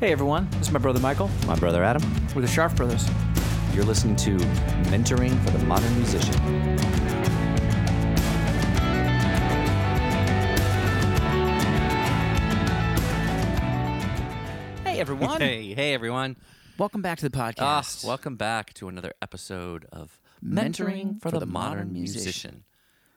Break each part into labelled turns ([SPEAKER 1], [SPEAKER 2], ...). [SPEAKER 1] Hey everyone, this is my brother Michael.
[SPEAKER 2] My brother Adam.
[SPEAKER 1] We're the Sharp Brothers.
[SPEAKER 2] You're listening to Mentoring for the Modern Musician.
[SPEAKER 1] Hey everyone,
[SPEAKER 2] Hey, hey everyone.
[SPEAKER 1] welcome back to the
[SPEAKER 2] Ah,
[SPEAKER 1] podcast.
[SPEAKER 2] welcome back to another episode of Mentoring, for, the, Modern, musician.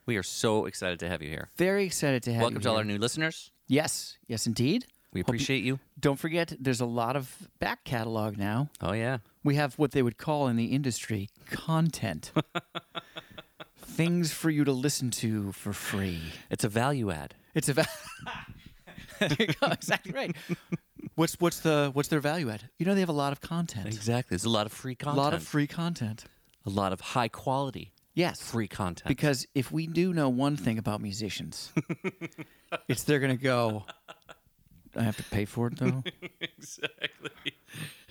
[SPEAKER 2] We are so excited to have you here.
[SPEAKER 1] Very excited to have
[SPEAKER 2] Welcome
[SPEAKER 1] you.
[SPEAKER 2] to all
[SPEAKER 1] here.
[SPEAKER 2] our new listeners.
[SPEAKER 1] Yes, yes indeed.
[SPEAKER 2] We
[SPEAKER 1] Hope you-
[SPEAKER 2] appreciate you.
[SPEAKER 1] Don't forget, there's a lot of back catalog now.
[SPEAKER 2] Oh yeah.
[SPEAKER 1] We have what they would call in the industry content. Things for you to listen to for free.
[SPEAKER 2] It's a value add.
[SPEAKER 1] It's a va- Oh, exactly right. What's what's the what's their value add? You know they have a lot of content.
[SPEAKER 2] Exactly. There's a lot of free
[SPEAKER 1] A
[SPEAKER 2] content.
[SPEAKER 1] lot of free content.
[SPEAKER 2] a lot of high quality
[SPEAKER 1] Yes.
[SPEAKER 2] free content.
[SPEAKER 1] Because if we do know one thing about musicians, it's they're going to go, I have to pay for it though.
[SPEAKER 2] exactly.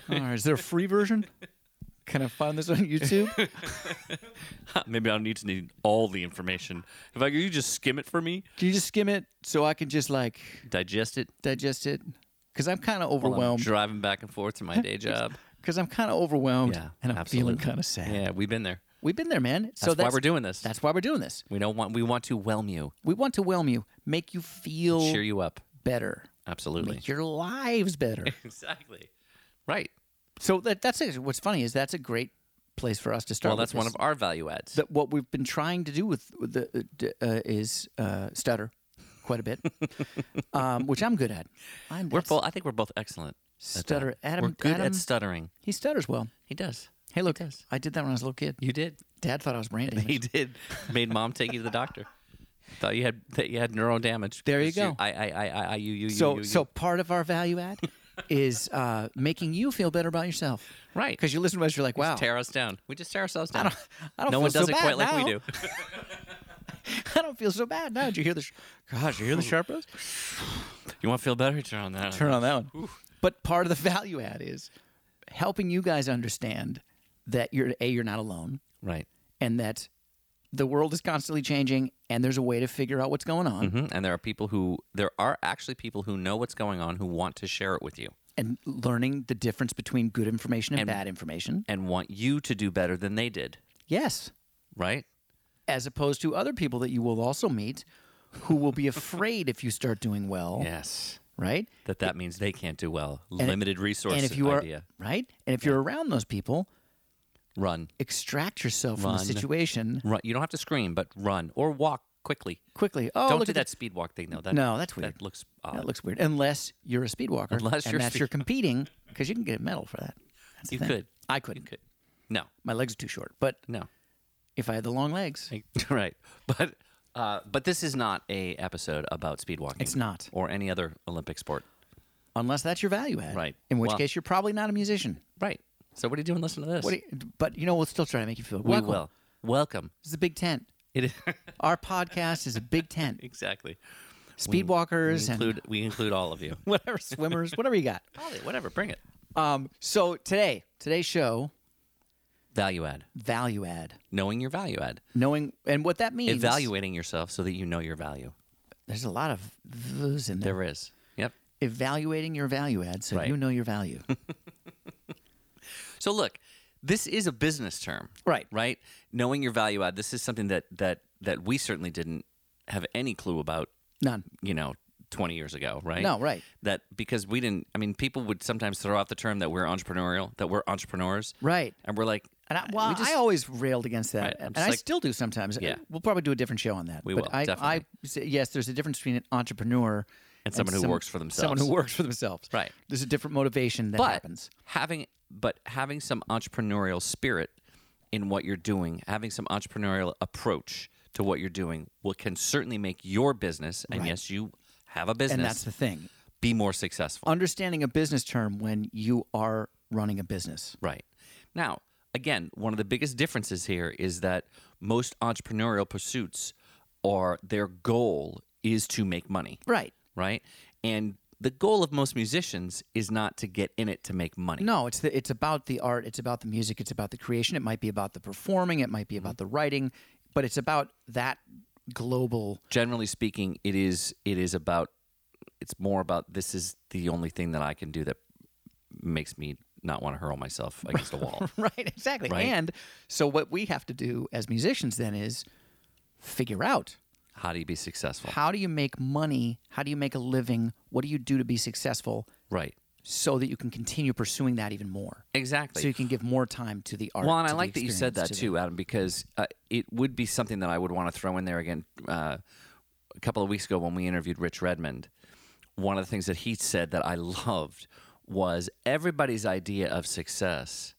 [SPEAKER 1] All right, is there a free version? Can I find this on YouTube?
[SPEAKER 2] Maybe I'll need to need all the information. If I could you just skim it for me,
[SPEAKER 1] Can you just skim it so I can just like
[SPEAKER 2] digest it.
[SPEAKER 1] digest it? Because I'm kind of
[SPEAKER 2] while I'm
[SPEAKER 1] overwhelmed.
[SPEAKER 2] driving back and forth to my day job.
[SPEAKER 1] Because I'm kind of overwhelmed and I'm feeling
[SPEAKER 2] absolutely.
[SPEAKER 1] kind of sad.
[SPEAKER 2] Yeah, we've been there.
[SPEAKER 1] We've been there, man. so
[SPEAKER 2] That's
[SPEAKER 1] that's
[SPEAKER 2] why we're doing this.
[SPEAKER 1] That's why we're doing this.
[SPEAKER 2] we don't want we want to whelm you,
[SPEAKER 1] We want to whelm you, make you feel
[SPEAKER 2] cheer you up.
[SPEAKER 1] better,
[SPEAKER 2] Absolutely.
[SPEAKER 1] make your lives better.
[SPEAKER 2] Exactly. Right.
[SPEAKER 1] so that, that's it. What's funny is that's a great place for us to start.
[SPEAKER 2] Well,
[SPEAKER 1] with
[SPEAKER 2] that's one
[SPEAKER 1] this.
[SPEAKER 2] of our value adds.
[SPEAKER 1] that what we've been trying to do with with the uh, d- uh, is uh, stutter quite a bit, um, which I'm good at. I'm
[SPEAKER 2] We're
[SPEAKER 1] that's-
[SPEAKER 2] both, I think we're both excellent. at that.
[SPEAKER 1] stutter. Adam,
[SPEAKER 2] We're good
[SPEAKER 1] Adam
[SPEAKER 2] at stuttering.
[SPEAKER 1] he stutters well.
[SPEAKER 2] He does.
[SPEAKER 1] Hey, look, I did that when I was a little kid.
[SPEAKER 2] You did.
[SPEAKER 1] Dad thought I was brain
[SPEAKER 2] He
[SPEAKER 1] damaged.
[SPEAKER 2] did. Made mom take you to the doctor. Thought you had that you had neural damage.
[SPEAKER 1] There you
[SPEAKER 2] Just
[SPEAKER 1] go.
[SPEAKER 2] I I I I I you you you,
[SPEAKER 1] So,
[SPEAKER 2] you, you.
[SPEAKER 1] so part of our value add is uh, making you feel better about yourself
[SPEAKER 2] right.
[SPEAKER 1] because you listen to us, you're like, wow,
[SPEAKER 2] Tear us down. We just tear ourselves down.
[SPEAKER 1] I don't feel
[SPEAKER 2] no one does
[SPEAKER 1] so
[SPEAKER 2] it
[SPEAKER 1] bad
[SPEAKER 2] quite like
[SPEAKER 1] now.
[SPEAKER 2] we do.
[SPEAKER 1] I don't feel so bad now. Did you hear the? Sh- Gosh, you hear the sharp Rose?
[SPEAKER 2] You want to feel better? Turn on that.
[SPEAKER 1] Turn on that one. But part of the value add is helping you guys understand that you're a you're not alone.
[SPEAKER 2] Right.
[SPEAKER 1] and that the world is constantly changing and there's a way to figure out what's going on
[SPEAKER 2] hmm And there are people who there are actually people who know what's going on who want to share it with you
[SPEAKER 1] and learning the difference between good information and, bad information.
[SPEAKER 2] and want you to do better than they did.
[SPEAKER 1] Yes.
[SPEAKER 2] Right.
[SPEAKER 1] As opposed to other people that you will also meet who will be afraid if you start doing well,
[SPEAKER 2] Yes.
[SPEAKER 1] right?
[SPEAKER 2] That that means they can't do well. Limited resources.
[SPEAKER 1] and if you are
[SPEAKER 2] idea.
[SPEAKER 1] right? And if you're around those people,
[SPEAKER 2] run,
[SPEAKER 1] extract yourself from the
[SPEAKER 2] Run.
[SPEAKER 1] situation
[SPEAKER 2] run. You don't have to scream, but run or walk quickly.
[SPEAKER 1] quickly. Oh,
[SPEAKER 2] don't
[SPEAKER 1] look
[SPEAKER 2] do
[SPEAKER 1] at
[SPEAKER 2] that speed walk thing though. That,
[SPEAKER 1] th- No, that's weird.
[SPEAKER 2] that looks odd.
[SPEAKER 1] That looks weird. Unless you're a speed walker.
[SPEAKER 2] Unless
[SPEAKER 1] and
[SPEAKER 2] you're a
[SPEAKER 1] that's
[SPEAKER 2] speed-
[SPEAKER 1] you're competing because you can get a medal for that. That's the
[SPEAKER 2] You
[SPEAKER 1] thing.
[SPEAKER 2] could.
[SPEAKER 1] I couldn't.
[SPEAKER 2] could. No,
[SPEAKER 1] My legs are too short. But
[SPEAKER 2] no.
[SPEAKER 1] if I had the long legs,
[SPEAKER 2] right. But uh, but this is not a episode about speed walking.
[SPEAKER 1] It's not.
[SPEAKER 2] or any other Olympic sport.
[SPEAKER 1] unless that's your value add.
[SPEAKER 2] Right.
[SPEAKER 1] In which
[SPEAKER 2] Well-
[SPEAKER 1] case, you're probably not a musician.
[SPEAKER 2] Right. So what are you doing? Listen to this.
[SPEAKER 1] What do you, but you know, we'll still try to make you feel
[SPEAKER 2] we
[SPEAKER 1] welcome.
[SPEAKER 2] will. Welcome.
[SPEAKER 1] This is a big tent.
[SPEAKER 2] It is
[SPEAKER 1] Our podcast is a big tent.
[SPEAKER 2] exactly.
[SPEAKER 1] Speed
[SPEAKER 2] We
[SPEAKER 1] walkers and
[SPEAKER 2] include we include all of you.
[SPEAKER 1] whatever swimmers, whatever you got.
[SPEAKER 2] All of it, Whatever, bring it.
[SPEAKER 1] Um, so today, today's show,
[SPEAKER 2] Value add.
[SPEAKER 1] value add,
[SPEAKER 2] Knowing your value add.
[SPEAKER 1] knowing and what that means.
[SPEAKER 2] Evaluating yourself so that you know your value.
[SPEAKER 1] There's a lot of v's in there.
[SPEAKER 2] There is. Yep.
[SPEAKER 1] Evaluating your value add, so
[SPEAKER 2] Right.
[SPEAKER 1] you know your value.
[SPEAKER 2] So look, this is a business term.
[SPEAKER 1] Right.
[SPEAKER 2] Right? Knowing your value add. This is something that that that we certainly didn't have any clue about,
[SPEAKER 1] None.
[SPEAKER 2] you know, 20 years ago, right?
[SPEAKER 1] No, right.
[SPEAKER 2] That because we didn't I mean people would sometimes throw out the term that we're entrepreneurial, that we're entrepreneurs.
[SPEAKER 1] Right.
[SPEAKER 2] And we're like
[SPEAKER 1] And I, well,
[SPEAKER 2] we just-
[SPEAKER 1] I always railed against that,
[SPEAKER 2] Right, I'm
[SPEAKER 1] and
[SPEAKER 2] just
[SPEAKER 1] I
[SPEAKER 2] like-
[SPEAKER 1] still do sometimes.
[SPEAKER 2] Yeah.
[SPEAKER 1] we'll probably do a different show on that.
[SPEAKER 2] We
[SPEAKER 1] but
[SPEAKER 2] will,
[SPEAKER 1] I,
[SPEAKER 2] definitely.
[SPEAKER 1] I say- yes, there's a difference between an entrepreneur
[SPEAKER 2] and someone who
[SPEAKER 1] some-
[SPEAKER 2] works for themselves.
[SPEAKER 1] Someone who works for themselves.
[SPEAKER 2] Right.
[SPEAKER 1] There's a different motivation that
[SPEAKER 2] but
[SPEAKER 1] happens.
[SPEAKER 2] having but having some entrepreneurial spirit in what you're doing having some entrepreneurial approach to what you're doing will can certainly make your business and yes you have a business
[SPEAKER 1] And that's the thing.
[SPEAKER 2] be more successful
[SPEAKER 1] Understanding a business term when you are running a business.
[SPEAKER 2] right now again one of the biggest differences here is that most entrepreneurial pursuits are their goal is to make money
[SPEAKER 1] Right.
[SPEAKER 2] right and the goal of most musicians is not to get in it to make money
[SPEAKER 1] No, it's the, it's about the art, it's about the music, it's about the creation, it might be about the performing, it might be about the writing, but it's about that global
[SPEAKER 2] generally speaking it is it is about it's more about this is the only thing that i can do that makes me not want to hurl myself against a wall.
[SPEAKER 1] right, exactly.
[SPEAKER 2] Right.
[SPEAKER 1] And so what we have to do as musicians then is figure out
[SPEAKER 2] How do you be successful?
[SPEAKER 1] how do you make money? How do you make a living? What do you do to be successful
[SPEAKER 2] Right.
[SPEAKER 1] so that you can continue pursuing that even more?
[SPEAKER 2] Exactly.
[SPEAKER 1] So you can give more time to the art.
[SPEAKER 2] well, and I
[SPEAKER 1] to the
[SPEAKER 2] like that you said
[SPEAKER 1] experience,
[SPEAKER 2] that
[SPEAKER 1] to the-
[SPEAKER 2] too, Adam, because uh, it would be something that I would want to throw in there again. Uh, a couple of weeks ago, when we interviewed Rich Redmond, one of the things that he said that I loved was everybody's idea of success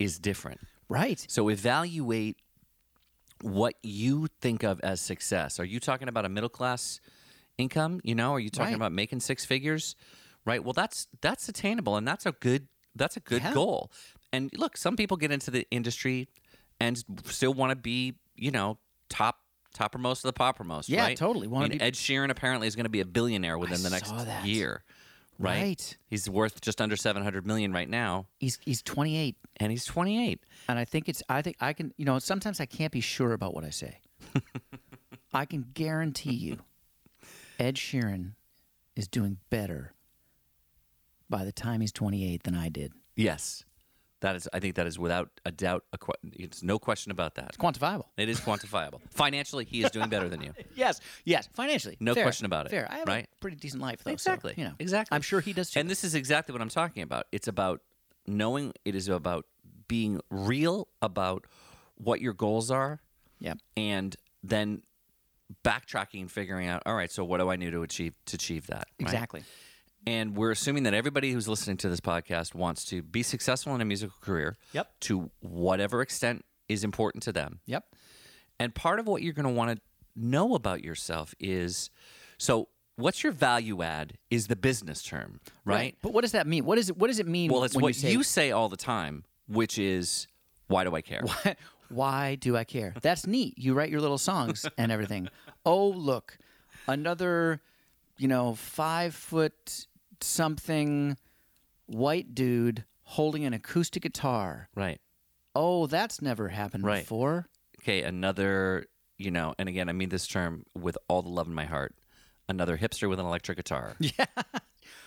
[SPEAKER 2] is different.
[SPEAKER 1] Right.
[SPEAKER 2] So evaluate what you think of as success. Are you talking about a middle class income? You know, are you talking
[SPEAKER 1] Right.
[SPEAKER 2] about making six figures? Right. Well, that's that's attainable, and that's a good that's a good
[SPEAKER 1] Yeah.
[SPEAKER 2] goal. And look, some people get into the industry and still want to be, you know, top toppermost of the poppermost.
[SPEAKER 1] Yeah,
[SPEAKER 2] right?
[SPEAKER 1] totally. Wanna
[SPEAKER 2] I mean,
[SPEAKER 1] be-
[SPEAKER 2] Ed Sheeran apparently is going to be a billionaire within the next
[SPEAKER 1] saw that.
[SPEAKER 2] year. Right?
[SPEAKER 1] Right.
[SPEAKER 2] He's worth just under seven hundred million right now,
[SPEAKER 1] He's he's 28
[SPEAKER 2] and he's twenty eight.
[SPEAKER 1] and I think it's I think I can, you know, sometimes I can't be sure about what I say. I can guarantee you Ed Sheeran is doing better by the time he's 28 than I did.
[SPEAKER 2] Yes, that is. I think that is without a doubt. A que- it's no question about that.
[SPEAKER 1] It's quantifiable.
[SPEAKER 2] It is quantifiable. Financially, he is doing better than you.
[SPEAKER 1] Yes, yes, financially.
[SPEAKER 2] No
[SPEAKER 1] Fair,
[SPEAKER 2] question about it,
[SPEAKER 1] Fair. I have
[SPEAKER 2] right?
[SPEAKER 1] a pretty decent life though. so,
[SPEAKER 2] Exactly.
[SPEAKER 1] you know.
[SPEAKER 2] Exactly.
[SPEAKER 1] I'm sure he does too.
[SPEAKER 2] And this is exactly what I'm talking about. It's about knowing. It is about being real about what your goals are,
[SPEAKER 1] yeah.
[SPEAKER 2] and then backtracking and figuring out. All right, so what do I need to achieve to achieve that? right?
[SPEAKER 1] Exactly.
[SPEAKER 2] And we're assuming that everybody who's listening to this podcast wants to be successful in a musical career.
[SPEAKER 1] Yep.
[SPEAKER 2] To whatever extent is important to them.
[SPEAKER 1] Yep.
[SPEAKER 2] And part of what you're going to want to know about yourself is so what's your value add is the business term, right?
[SPEAKER 1] But what does that mean? What is it what does it mean
[SPEAKER 2] Well, it's
[SPEAKER 1] when
[SPEAKER 2] what you say,
[SPEAKER 1] say
[SPEAKER 2] all the time, which is why do I care?
[SPEAKER 1] Why do I care? That's neat. You write your little songs and everything. Oh, look, another, you know, five foot something white dude holding an acoustic guitar.
[SPEAKER 2] Right.
[SPEAKER 1] Oh, that's never happened
[SPEAKER 2] Right.
[SPEAKER 1] before.
[SPEAKER 2] Okay, another, you know, and again, I mean this term with all the love in my heart. Another hipster with an electric guitar. Yeah.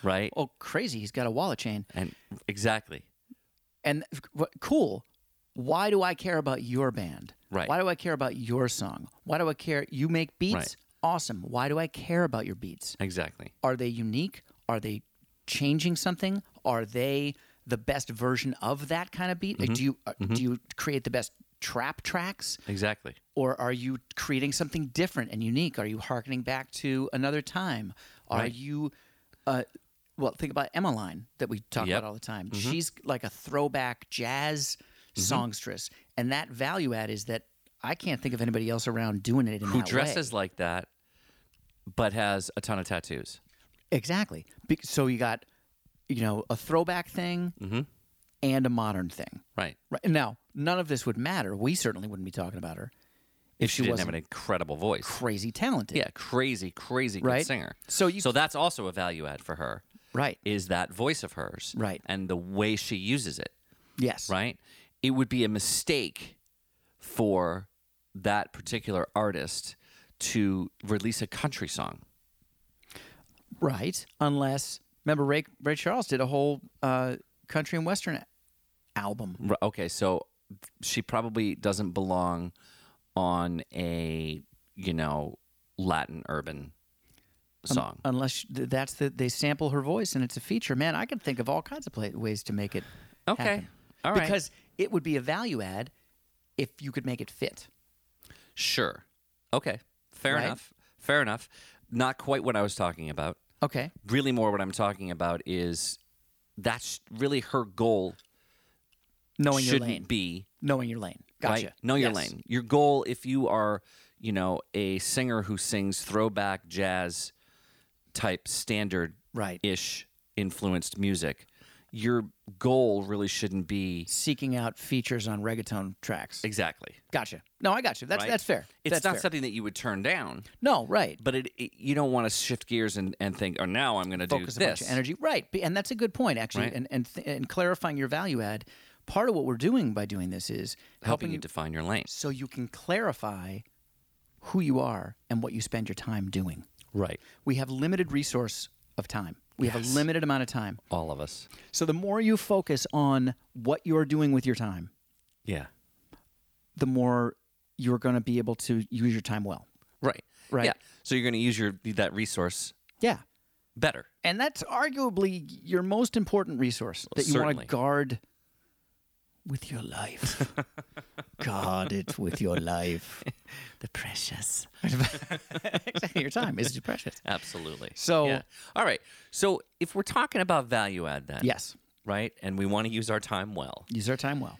[SPEAKER 2] Right?
[SPEAKER 1] Oh, crazy. He's got a wallet chain.
[SPEAKER 2] And exactly.
[SPEAKER 1] And what, cool. Why do I care about your band?
[SPEAKER 2] Right.
[SPEAKER 1] Why do I care about your song? Why do I care? You make beats?
[SPEAKER 2] Right.
[SPEAKER 1] Awesome. Why do I care about your beats?
[SPEAKER 2] Exactly.
[SPEAKER 1] Are they unique? Are they changing something? Are they the best version of that kind of beat?
[SPEAKER 2] Mm-hmm.
[SPEAKER 1] Like, Do you uh, do you create the best trap tracks,
[SPEAKER 2] Exactly.
[SPEAKER 1] or are you creating something different and unique? Are you harkening back to another time? Are
[SPEAKER 2] Right.
[SPEAKER 1] you? Uh, well, think about Emmeline that we talk
[SPEAKER 2] Yep. Mm-hmm.
[SPEAKER 1] about all the time. She's like a throwback jazz songstress, and that value add is that I can't think of anybody else around doing it in
[SPEAKER 2] Who
[SPEAKER 1] that way.
[SPEAKER 2] dresses like that but has a ton of tattoos.
[SPEAKER 1] Exactly. Be- so you got, you know, a throwback thing
[SPEAKER 2] Mm-hmm.
[SPEAKER 1] and a modern thing.
[SPEAKER 2] Right.
[SPEAKER 1] Right now, none of this would matter. We certainly wouldn't be talking about her if she,
[SPEAKER 2] She didn't
[SPEAKER 1] wasn't
[SPEAKER 2] have an incredible voice.
[SPEAKER 1] crazy talented.
[SPEAKER 2] Yeah, crazy, crazy
[SPEAKER 1] Right?
[SPEAKER 2] good singer.
[SPEAKER 1] So you-
[SPEAKER 2] so that's also a value add for her.
[SPEAKER 1] Right.
[SPEAKER 2] Is that voice of hers?
[SPEAKER 1] Right.
[SPEAKER 2] And the way she uses it.
[SPEAKER 1] Yes.
[SPEAKER 2] Right. It would be a mistake for that particular artist to release a country song.
[SPEAKER 1] Right. Unless remember Ray Ray Charles did a whole uh, country and western a- album.
[SPEAKER 2] R- Okay, so she probably doesn't belong on a you know Latin urban
[SPEAKER 1] Um,
[SPEAKER 2] song.
[SPEAKER 1] Unless sh- th- that's the they sample her voice and it's a feature. Man, I could think of all kinds of pla ways to make it.
[SPEAKER 2] Okay.
[SPEAKER 1] happen.
[SPEAKER 2] All right.
[SPEAKER 1] Because it would be a value add if you could make it fit.
[SPEAKER 2] sure. Okay. Fair
[SPEAKER 1] Right?
[SPEAKER 2] enough. Fair enough. Not quite what I was talking about.
[SPEAKER 1] Okay.
[SPEAKER 2] really more what I'm talking about is that's really her goal
[SPEAKER 1] Knowing Oh, your
[SPEAKER 2] shouldn't
[SPEAKER 1] lane.
[SPEAKER 2] be
[SPEAKER 1] Knowing your lane. Gotcha.
[SPEAKER 2] right. Know your
[SPEAKER 1] Yes.
[SPEAKER 2] lane. Your goal, if you are, you know, a singer who sings throwback jazz type standard
[SPEAKER 1] Right.
[SPEAKER 2] ish influenced music, your goal really shouldn't be
[SPEAKER 1] Seeking out features on reggaeton tracks.
[SPEAKER 2] exactly.
[SPEAKER 1] Gotcha. No, I got you. That's
[SPEAKER 2] Right?
[SPEAKER 1] that's fair.
[SPEAKER 2] It's
[SPEAKER 1] that's
[SPEAKER 2] not
[SPEAKER 1] fair.
[SPEAKER 2] something that you would turn down,
[SPEAKER 1] No, right.
[SPEAKER 2] but it, it you don't want to shift gears and, and think, oh, now I'm going to do
[SPEAKER 1] Focus a bunch
[SPEAKER 2] this.
[SPEAKER 1] of energy. Right. Be- And that's a good point actually.
[SPEAKER 2] Right.
[SPEAKER 1] And and th- and clarifying your value add. Part of what we're doing by doing this is
[SPEAKER 2] Helping you define your lane.
[SPEAKER 1] so you can clarify who you are and what you spend your time doing.
[SPEAKER 2] Right.
[SPEAKER 1] We have limited resource of time. We have a limited amount of time.
[SPEAKER 2] All of us.
[SPEAKER 1] So the more you focus on what you're doing with your time,
[SPEAKER 2] Yeah.
[SPEAKER 1] the more you're going to be able to use your time well.
[SPEAKER 2] Right.
[SPEAKER 1] Right.
[SPEAKER 2] Yeah. So you're going to use your that resource
[SPEAKER 1] Yeah.
[SPEAKER 2] better.
[SPEAKER 1] And that's arguably your most important resource that you want to
[SPEAKER 2] certainly.
[SPEAKER 1] guard with your life. guard it with your life.
[SPEAKER 2] The precious.
[SPEAKER 1] exactly. Your time is precious.
[SPEAKER 2] Absolutely.
[SPEAKER 1] So-
[SPEAKER 2] Yeah. all right. So if we're talking about value add, then
[SPEAKER 1] Yes.
[SPEAKER 2] right, and we want to use our time well,
[SPEAKER 1] Use our time well.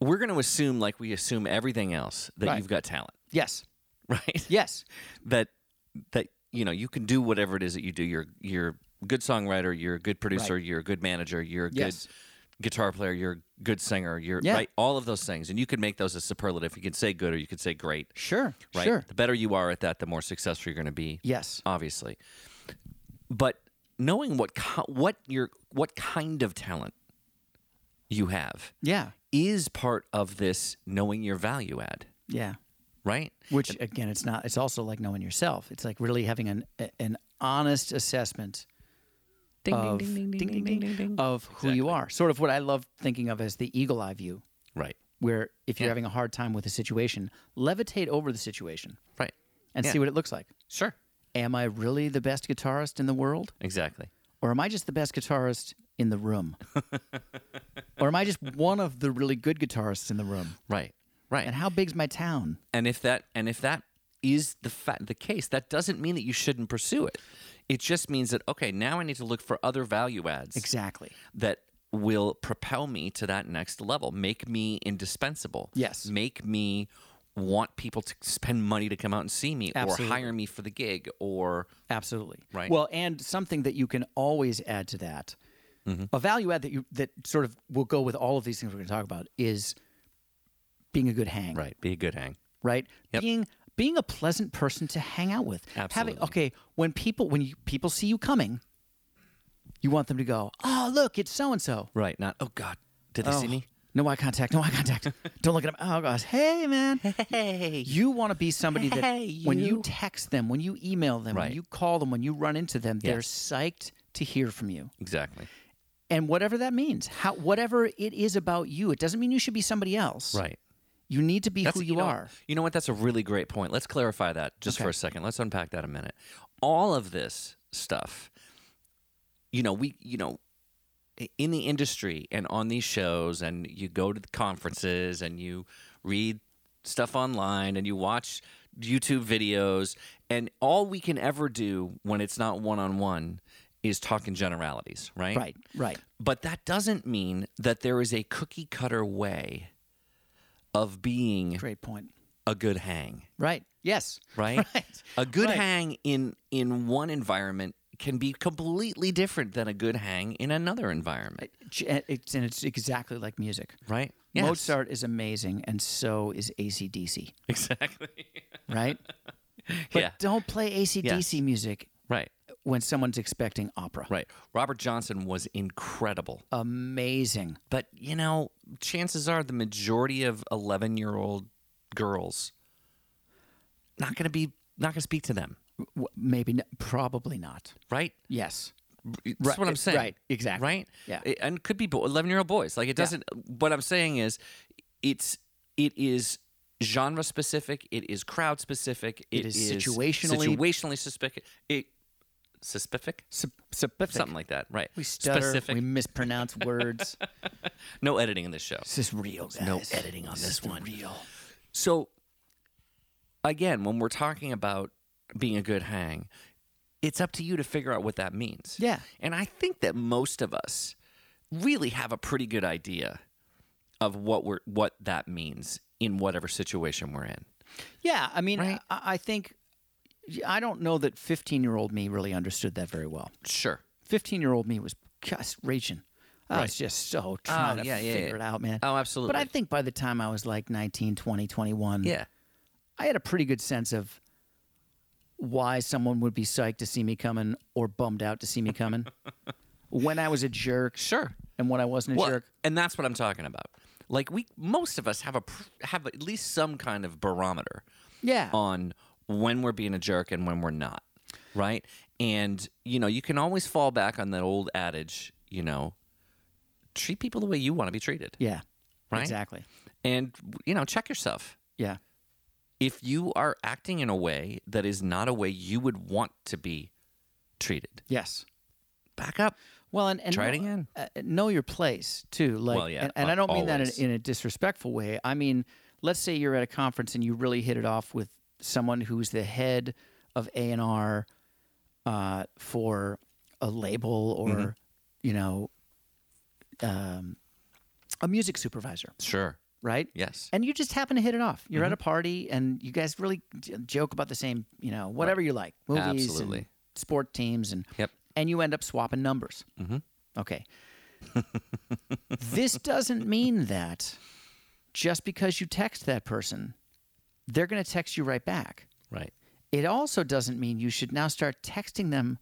[SPEAKER 2] we're going to assume, like we assume everything else, that
[SPEAKER 1] Right.
[SPEAKER 2] you've got talent,
[SPEAKER 1] Yes.
[SPEAKER 2] right?
[SPEAKER 1] Yes.
[SPEAKER 2] that that you know you can do whatever it is that you do. You're you're a good songwriter. You're a good producer. You're a good manager. You're a
[SPEAKER 1] Yes.
[SPEAKER 2] good guitar player. You're a good singer. You're
[SPEAKER 1] Yeah.
[SPEAKER 2] right. All of those things, and you can make those a superlative. You could say good, or you could say great.
[SPEAKER 1] Sure.
[SPEAKER 2] Right.
[SPEAKER 1] Sure.
[SPEAKER 2] The better you are at that, the more successful you're going to be.
[SPEAKER 1] Yes.
[SPEAKER 2] Obviously, but knowing what ki- what your what kind of talent you have
[SPEAKER 1] Yeah.
[SPEAKER 2] is part of this knowing your value add,
[SPEAKER 1] Yeah.
[SPEAKER 2] right?
[SPEAKER 1] Which again, it's not. It's also like knowing yourself. It's like really having an a- an honest assessment
[SPEAKER 2] Ding,
[SPEAKER 1] of ding, ding, ding, of who you are. Sort of what I love thinking of as the eagle eye view,
[SPEAKER 2] Right.
[SPEAKER 1] where if you're having a hard time with a situation, levitate over the situation
[SPEAKER 2] Right.
[SPEAKER 1] and
[SPEAKER 2] Yeah.
[SPEAKER 1] see what it looks like.
[SPEAKER 2] Sure.
[SPEAKER 1] Am I really the best guitarist in the world,
[SPEAKER 2] Exactly.
[SPEAKER 1] or am I just the best guitarist in the room, or am I just one of the really good guitarists in the room?
[SPEAKER 2] Right. Right.
[SPEAKER 1] And
[SPEAKER 2] And,
[SPEAKER 1] how big's my town?
[SPEAKER 2] if that and if that is the fa- the case, that doesn't mean that you shouldn't pursue it. It just means that okay, now I need to look for other value adds
[SPEAKER 1] Exactly.
[SPEAKER 2] that will propel me to that next level, make me indispensable.
[SPEAKER 1] Yes.
[SPEAKER 2] Make me want people to spend money to come out and see me
[SPEAKER 1] Absolutely.
[SPEAKER 2] or hire me for the gig or
[SPEAKER 1] Absolutely.
[SPEAKER 2] Right.
[SPEAKER 1] Well, and something that you can always add to that,
[SPEAKER 2] Mm-hmm.
[SPEAKER 1] a value add that you that sort of will go with all of these things we're going to talk about is being a good hang.
[SPEAKER 2] right, be a good hang.
[SPEAKER 1] Right. Being being a pleasant person to hang out with. Having
[SPEAKER 2] Absolutely.
[SPEAKER 1] okay when people when you, people see you coming, you want them to go. Oh, look, it's so and so.
[SPEAKER 2] Right, not oh god, did they see me?
[SPEAKER 1] No eye contact. No eye contact. Don't look at him. Oh gosh. Hey man.
[SPEAKER 2] Hey.
[SPEAKER 1] You want to be somebody that
[SPEAKER 2] Hey,
[SPEAKER 1] when you
[SPEAKER 2] you.
[SPEAKER 1] text them, when you email them, when
[SPEAKER 2] Right.
[SPEAKER 1] you call them, when you run into them, they're
[SPEAKER 2] Yes.
[SPEAKER 1] psyched to hear from you.
[SPEAKER 2] Exactly.
[SPEAKER 1] And whatever that means, how whatever it is about you, it doesn't mean you should be somebody else.
[SPEAKER 2] Right.
[SPEAKER 1] You need to be who you,
[SPEAKER 2] know-
[SPEAKER 1] are.
[SPEAKER 2] You know what? That's a really great point. Let's clarify that just for
[SPEAKER 1] Okay.
[SPEAKER 2] a second. Let's unpack that a minute. All of this stuff, you know, we, you know, i- in the industry and on these shows, and you go to the conferences and you read stuff online and you watch YouTube videos, and all we can ever do when it's not one on one is talk in generalities, right?
[SPEAKER 1] Right. Right.
[SPEAKER 2] But that doesn't mean that there is a cookie cutter way of being
[SPEAKER 1] Great point.
[SPEAKER 2] a good hang,
[SPEAKER 1] Right. Yes.
[SPEAKER 2] right?
[SPEAKER 1] Right.
[SPEAKER 2] A good
[SPEAKER 1] Right.
[SPEAKER 2] hang in in one environment can be completely different than a good hang in another environment,
[SPEAKER 1] J- and It's, and it's exactly like music.
[SPEAKER 2] right?
[SPEAKER 1] Mozart is amazing, and so is ACDC.
[SPEAKER 2] exactly.
[SPEAKER 1] Right. but
[SPEAKER 2] yeah,
[SPEAKER 1] don't play ACDC music
[SPEAKER 2] right,
[SPEAKER 1] when someone's expecting opera.
[SPEAKER 2] right. Robert Johnson was incredible,
[SPEAKER 1] Amazing.
[SPEAKER 2] but you know, chances are the majority of eleven year old girls not going to be not going to speak to them,
[SPEAKER 1] W- maybe, n- probably not.
[SPEAKER 2] right?
[SPEAKER 1] Yes.
[SPEAKER 2] That's
[SPEAKER 1] Right,
[SPEAKER 2] what I'm
[SPEAKER 1] it-
[SPEAKER 2] saying.
[SPEAKER 1] right, exactly.
[SPEAKER 2] Right?
[SPEAKER 1] Yeah.
[SPEAKER 2] It- and could be 11 year old boys. Like it
[SPEAKER 1] Yeah.
[SPEAKER 2] doesn't. What I'm saying is, it's it is genre specific. It is crowd specific.
[SPEAKER 1] It is situationally-
[SPEAKER 2] situationally specific. It specific
[SPEAKER 1] Sup- specific.
[SPEAKER 2] something like that. Right.
[SPEAKER 1] We stutter.
[SPEAKER 2] Specific.
[SPEAKER 1] We mispronounce words.
[SPEAKER 2] no editing in this show.
[SPEAKER 1] This is real, guys.
[SPEAKER 2] no editing on this
[SPEAKER 1] is the
[SPEAKER 2] one.
[SPEAKER 1] Real.
[SPEAKER 2] So again, when we're talking about being a good hang, it's up to you to figure out what that means.
[SPEAKER 1] Yeah.
[SPEAKER 2] And I think that most of us really have a pretty good idea of what we're what that means in whatever situation we're in.
[SPEAKER 1] Yeah, I mean,
[SPEAKER 2] Right?
[SPEAKER 1] I, I think I don't know that fifteen-year-old me really understood that very well.
[SPEAKER 2] Sure.
[SPEAKER 1] Fifteen-year-old me was just raging. I was
[SPEAKER 2] Right.
[SPEAKER 1] just so trying
[SPEAKER 2] yeah,
[SPEAKER 1] to
[SPEAKER 2] yeah,
[SPEAKER 1] figure
[SPEAKER 2] yeah.
[SPEAKER 1] it out, man.
[SPEAKER 2] Oh, absolutely.
[SPEAKER 1] But I think by the time I was like 19, 20, 21,
[SPEAKER 2] yeah.
[SPEAKER 1] I had a pretty good sense of why someone would be psyched to see me coming or bummed out to see me coming. when I was a jerk
[SPEAKER 2] Sure.
[SPEAKER 1] and when I wasn't a
[SPEAKER 2] Well,
[SPEAKER 1] jerk.
[SPEAKER 2] and that's what I'm talking about. Like we most of us have a pr- have at least some kind of barometer
[SPEAKER 1] Yeah.
[SPEAKER 2] on when we're being a jerk and when we're not. right? And you know, you can always fall back on that old adage, you know, treat people the way you want to be treated,
[SPEAKER 1] Yeah.
[SPEAKER 2] right?
[SPEAKER 1] Exactly.
[SPEAKER 2] And you know, check yourself.
[SPEAKER 1] Yeah.
[SPEAKER 2] If you are acting in a way that is not a way you would want to be treated,
[SPEAKER 1] Yes.
[SPEAKER 2] back up.
[SPEAKER 1] Well, and, and
[SPEAKER 2] Try it
[SPEAKER 1] know-
[SPEAKER 2] again.
[SPEAKER 1] Uh, know your place too. Like,
[SPEAKER 2] Well, yeah,
[SPEAKER 1] and, and I
[SPEAKER 2] a-
[SPEAKER 1] don't mean that
[SPEAKER 2] always.
[SPEAKER 1] in, in a disrespectful way. I mean, let's say you're at a conference and you really hit it off with someone who's the head of A and R uh, for a label or
[SPEAKER 2] Mm-hmm.
[SPEAKER 1] you know um, a music supervisor,
[SPEAKER 2] Sure.
[SPEAKER 1] right?
[SPEAKER 2] Yes.
[SPEAKER 1] And you just happen to hit it off.
[SPEAKER 2] Mm-hmm.
[SPEAKER 1] You're at a party and you guys really j- joke about the same, you know, whatever you like, movies, and
[SPEAKER 2] Absolutely.
[SPEAKER 1] sport teams, and
[SPEAKER 2] Yep.
[SPEAKER 1] and you end up swapping numbers. Okay. this doesn't mean that just because you text that person, they're going to text you right back.
[SPEAKER 2] Right.
[SPEAKER 1] It also doesn't mean you should now start texting them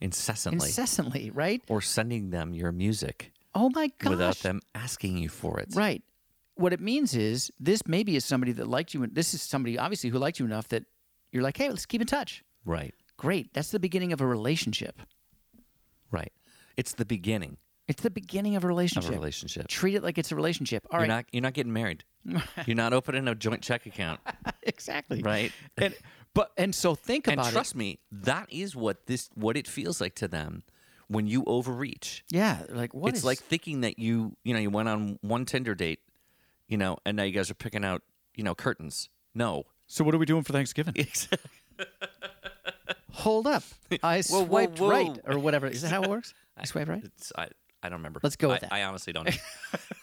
[SPEAKER 2] Incessantly.
[SPEAKER 1] incessantly, right?
[SPEAKER 2] or sending them your music
[SPEAKER 1] Oh my gosh.
[SPEAKER 2] without them asking you for it.
[SPEAKER 1] Right. What it means is this maybe is somebody that liked you. This is somebody obviously who liked you enough that you're like, hey, let's keep in touch.
[SPEAKER 2] Right.
[SPEAKER 1] Great. That's the beginning of a relationship.
[SPEAKER 2] Right. It's the beginning
[SPEAKER 1] It's the beginning of a
[SPEAKER 2] of
[SPEAKER 1] relationship.
[SPEAKER 2] a relationship.
[SPEAKER 1] Treat it like it's a relationship. All right.
[SPEAKER 2] You're not you're not getting married. you're not opening a joint check account,
[SPEAKER 1] exactly.
[SPEAKER 2] right?
[SPEAKER 1] And, but and so think
[SPEAKER 2] and
[SPEAKER 1] about
[SPEAKER 2] trust me, that is what this what it feels like to them when you overreach.
[SPEAKER 1] it. Yeah. Like what
[SPEAKER 2] it's
[SPEAKER 1] is-
[SPEAKER 2] like thinking that you, you know, you went on one Tinder date, you know, and now you guys are picking out, you know, curtains. No.
[SPEAKER 1] So what are we doing for Thanksgiving?
[SPEAKER 2] Exactly.
[SPEAKER 1] Hold up. I
[SPEAKER 2] Whoa, whoa,
[SPEAKER 1] swiped
[SPEAKER 2] whoa.
[SPEAKER 1] right or whatever. Is that how it works? I swipe right.
[SPEAKER 2] It's, I, I don't remember.
[SPEAKER 1] Let's go
[SPEAKER 2] I,
[SPEAKER 1] with that.
[SPEAKER 2] I honestly don't.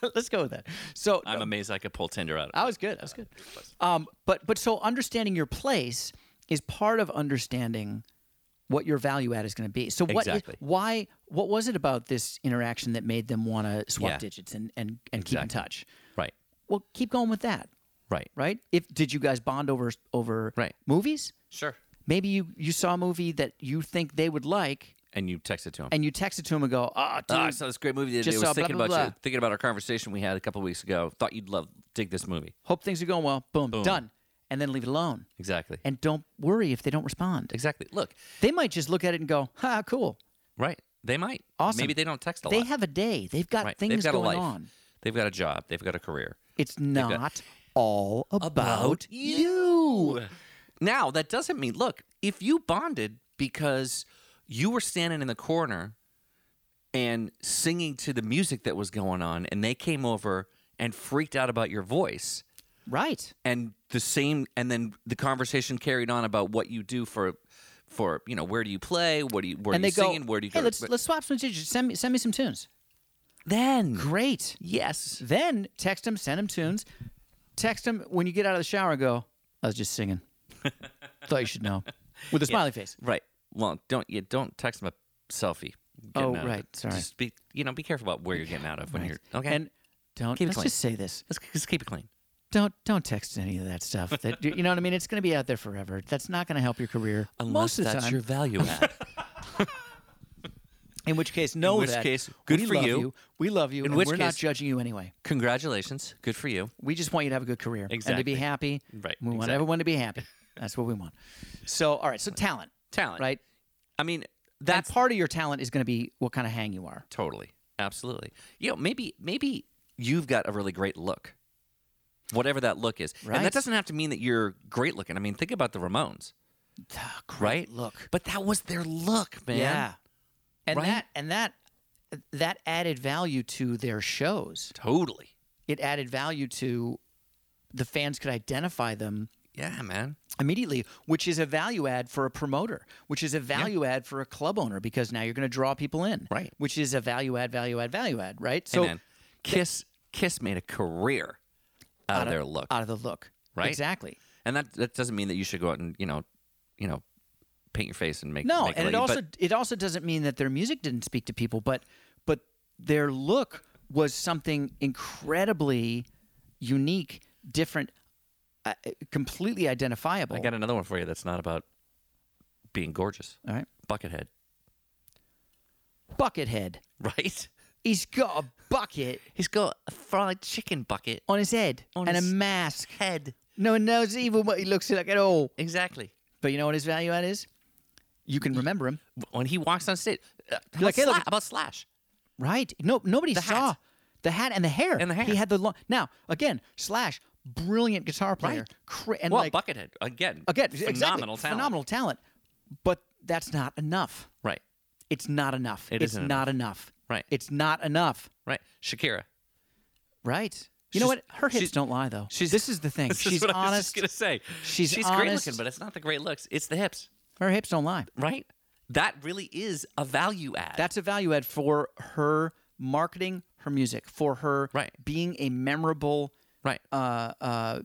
[SPEAKER 1] Let's go with that. So
[SPEAKER 2] I'm amazed I could pull Tinder out.
[SPEAKER 1] I was good. I was good. Um, but but so understanding your place is part of understanding what your value add is going to be. So what? is-
[SPEAKER 2] Exactly.
[SPEAKER 1] why? What was it about this interaction that made them want to swap
[SPEAKER 2] Yeah.
[SPEAKER 1] digits and and and keep in touch?
[SPEAKER 2] Right.
[SPEAKER 1] Well, keep going with that,
[SPEAKER 2] Right.
[SPEAKER 1] right? If did you guys bond over over
[SPEAKER 2] Right.
[SPEAKER 1] movies?
[SPEAKER 2] Sure.
[SPEAKER 1] Maybe you you saw a movie that you think they would like,
[SPEAKER 2] And you text it to him.
[SPEAKER 1] and you texted to them and go, "Ah, dude,
[SPEAKER 2] Ah, I saw this great movie the other
[SPEAKER 1] Just
[SPEAKER 2] day. I
[SPEAKER 1] saw
[SPEAKER 2] was
[SPEAKER 1] blah,
[SPEAKER 2] thinking
[SPEAKER 1] blah,
[SPEAKER 2] about you,
[SPEAKER 1] blah.
[SPEAKER 2] thinking about our conversation we had a couple weeks ago. Thought you'd love dig this movie.
[SPEAKER 1] hope things are going well." Boom, done, and then leave it alone,
[SPEAKER 2] Exactly.
[SPEAKER 1] and don't worry if they don't respond.
[SPEAKER 2] Exactly. Look,
[SPEAKER 1] They might just look at it and go, "Ha, cool."
[SPEAKER 2] right? They might.
[SPEAKER 1] Awesome.
[SPEAKER 2] Maybe they don't text a
[SPEAKER 1] They
[SPEAKER 2] lot.
[SPEAKER 1] have a day. They've got
[SPEAKER 2] right?
[SPEAKER 1] things
[SPEAKER 2] They've got
[SPEAKER 1] going
[SPEAKER 2] a life.
[SPEAKER 1] on.
[SPEAKER 2] They've got a job. They've got a career.
[SPEAKER 1] It's not all about,
[SPEAKER 2] you. Now that doesn't mean look. If you bonded because you were standing in the corner and singing to the music that was going on, and they came over and freaked out about your voice.
[SPEAKER 1] right?
[SPEAKER 2] and the same and then the conversation carried on about what you do for for you know where do you play what do you where
[SPEAKER 1] and they
[SPEAKER 2] are you singing
[SPEAKER 1] go,
[SPEAKER 2] where do you
[SPEAKER 1] "Hey,
[SPEAKER 2] go
[SPEAKER 1] let's
[SPEAKER 2] But
[SPEAKER 1] let's swap some digits. Send me send me some tunes."
[SPEAKER 2] then
[SPEAKER 1] Great.
[SPEAKER 2] yes
[SPEAKER 1] Then text them, send them tunes. Text them when you get out of the shower. and Go. I was just singing. Thought you should know. With a smiley face.
[SPEAKER 2] right well don't you don't text them a selfie
[SPEAKER 1] Oh,
[SPEAKER 2] Getting out of
[SPEAKER 1] right.
[SPEAKER 2] it.
[SPEAKER 1] Sorry.
[SPEAKER 2] just be you know be careful about where you're getting out of when
[SPEAKER 1] Right.
[SPEAKER 2] you're okay
[SPEAKER 1] And don't
[SPEAKER 2] Keep it
[SPEAKER 1] let's
[SPEAKER 2] clean.
[SPEAKER 1] just say this.
[SPEAKER 2] let's, let's keep it clean
[SPEAKER 1] Don't don't text any of that stuff. That you know what I mean. It's going to be out there forever. That's not going to help your career
[SPEAKER 2] unless
[SPEAKER 1] most of the
[SPEAKER 2] that's
[SPEAKER 1] time.
[SPEAKER 2] your value add
[SPEAKER 1] In which case, know
[SPEAKER 2] In which
[SPEAKER 1] that.
[SPEAKER 2] case, good
[SPEAKER 1] we
[SPEAKER 2] for
[SPEAKER 1] love
[SPEAKER 2] you.
[SPEAKER 1] We love you.
[SPEAKER 2] In
[SPEAKER 1] and
[SPEAKER 2] which
[SPEAKER 1] we're not
[SPEAKER 2] case-
[SPEAKER 1] judging you anyway.
[SPEAKER 2] congratulations good for you
[SPEAKER 1] We just want you to have a good career and to be
[SPEAKER 2] Exactly.
[SPEAKER 1] happy.
[SPEAKER 2] Right,
[SPEAKER 1] We want
[SPEAKER 2] exactly.
[SPEAKER 1] everyone to be happy. That's what we want. So, all right. So, talent,
[SPEAKER 2] talent
[SPEAKER 1] right?
[SPEAKER 2] I mean
[SPEAKER 1] That
[SPEAKER 2] that's
[SPEAKER 1] part of your talent is going to be what kind of hang you are.
[SPEAKER 2] Totally. Absolutely. You know, maybe maybe you've got a really great look. Whatever that look is. And
[SPEAKER 1] Right.
[SPEAKER 2] that doesn't have to mean that you're great looking. I mean, think about the Ramones,
[SPEAKER 1] Ah, great
[SPEAKER 2] right?
[SPEAKER 1] Look.
[SPEAKER 2] But that was their look, man.
[SPEAKER 1] Yeah. And
[SPEAKER 2] Right?
[SPEAKER 1] that and that that added value to their shows.
[SPEAKER 2] Totally.
[SPEAKER 1] It added value to the fans could identify them
[SPEAKER 2] Yeah, man.
[SPEAKER 1] immediately, which is a value add for a promoter, which is a value add for a club owner because now you're going to draw people in,
[SPEAKER 2] Right.
[SPEAKER 1] Which is a value add, value add, value add, right?
[SPEAKER 2] So Kiss Kiss made a career out, of their look.
[SPEAKER 1] out of the look,
[SPEAKER 2] Right?
[SPEAKER 1] Exactly.
[SPEAKER 2] and that that doesn't mean that you should go out and, you know, you know, paint your face and make
[SPEAKER 1] No,
[SPEAKER 2] make a
[SPEAKER 1] and it
[SPEAKER 2] lady,
[SPEAKER 1] also
[SPEAKER 2] but
[SPEAKER 1] it also doesn't mean that their music didn't speak to people, but but their look was something incredibly unique, different, uh, completely identifiable.
[SPEAKER 2] I got another one for you that's not about being gorgeous.
[SPEAKER 1] All right,
[SPEAKER 2] Buckethead.
[SPEAKER 1] Buckethead.
[SPEAKER 2] Right?
[SPEAKER 1] He's got a bucket
[SPEAKER 2] He's got a fried chicken bucket
[SPEAKER 1] on his head
[SPEAKER 2] On
[SPEAKER 1] and
[SPEAKER 2] his-
[SPEAKER 1] a mask.
[SPEAKER 2] head.
[SPEAKER 1] No one knows even what he looks like at all.
[SPEAKER 2] Exactly.
[SPEAKER 1] But you know what his value add is? you can remember him,
[SPEAKER 2] when he walks on stage. Uh, how,
[SPEAKER 1] like,
[SPEAKER 2] about
[SPEAKER 1] "Hey,
[SPEAKER 2] Sla-
[SPEAKER 1] look-
[SPEAKER 2] how about Slash?
[SPEAKER 1] right? No, nobody
[SPEAKER 2] The hat.
[SPEAKER 1] saw the hat and the hair.
[SPEAKER 2] And the hair.
[SPEAKER 1] He had the long. Now again, Slash, brilliant guitar player,
[SPEAKER 2] Right.
[SPEAKER 1] Cra- and
[SPEAKER 2] well,
[SPEAKER 1] like
[SPEAKER 2] Buckethead again.
[SPEAKER 1] again,
[SPEAKER 2] phenomenal
[SPEAKER 1] exactly,
[SPEAKER 2] talent.
[SPEAKER 1] phenomenal talent. But that's not enough.
[SPEAKER 2] Right,
[SPEAKER 1] It's not enough.
[SPEAKER 2] It
[SPEAKER 1] it's
[SPEAKER 2] isn't
[SPEAKER 1] not enough.
[SPEAKER 2] Right.
[SPEAKER 1] It's not enough.
[SPEAKER 2] right. Shakira.
[SPEAKER 1] Right. You know
[SPEAKER 2] She's-
[SPEAKER 1] what? Her hips
[SPEAKER 2] she's-
[SPEAKER 1] don't lie, though.
[SPEAKER 2] she's-
[SPEAKER 1] this is the thing.
[SPEAKER 2] This is
[SPEAKER 1] She's
[SPEAKER 2] what I was
[SPEAKER 1] honest.
[SPEAKER 2] just gonna say.
[SPEAKER 1] She's
[SPEAKER 2] she's great
[SPEAKER 1] honest.
[SPEAKER 2] looking, but it's not the great looks. It's the hips,
[SPEAKER 1] Her hips don't lie.
[SPEAKER 2] right? That really is a value add.
[SPEAKER 1] That's a value add for her marketing her music, for her
[SPEAKER 2] Right.
[SPEAKER 1] being a memorable
[SPEAKER 2] right,
[SPEAKER 1] uh, uh,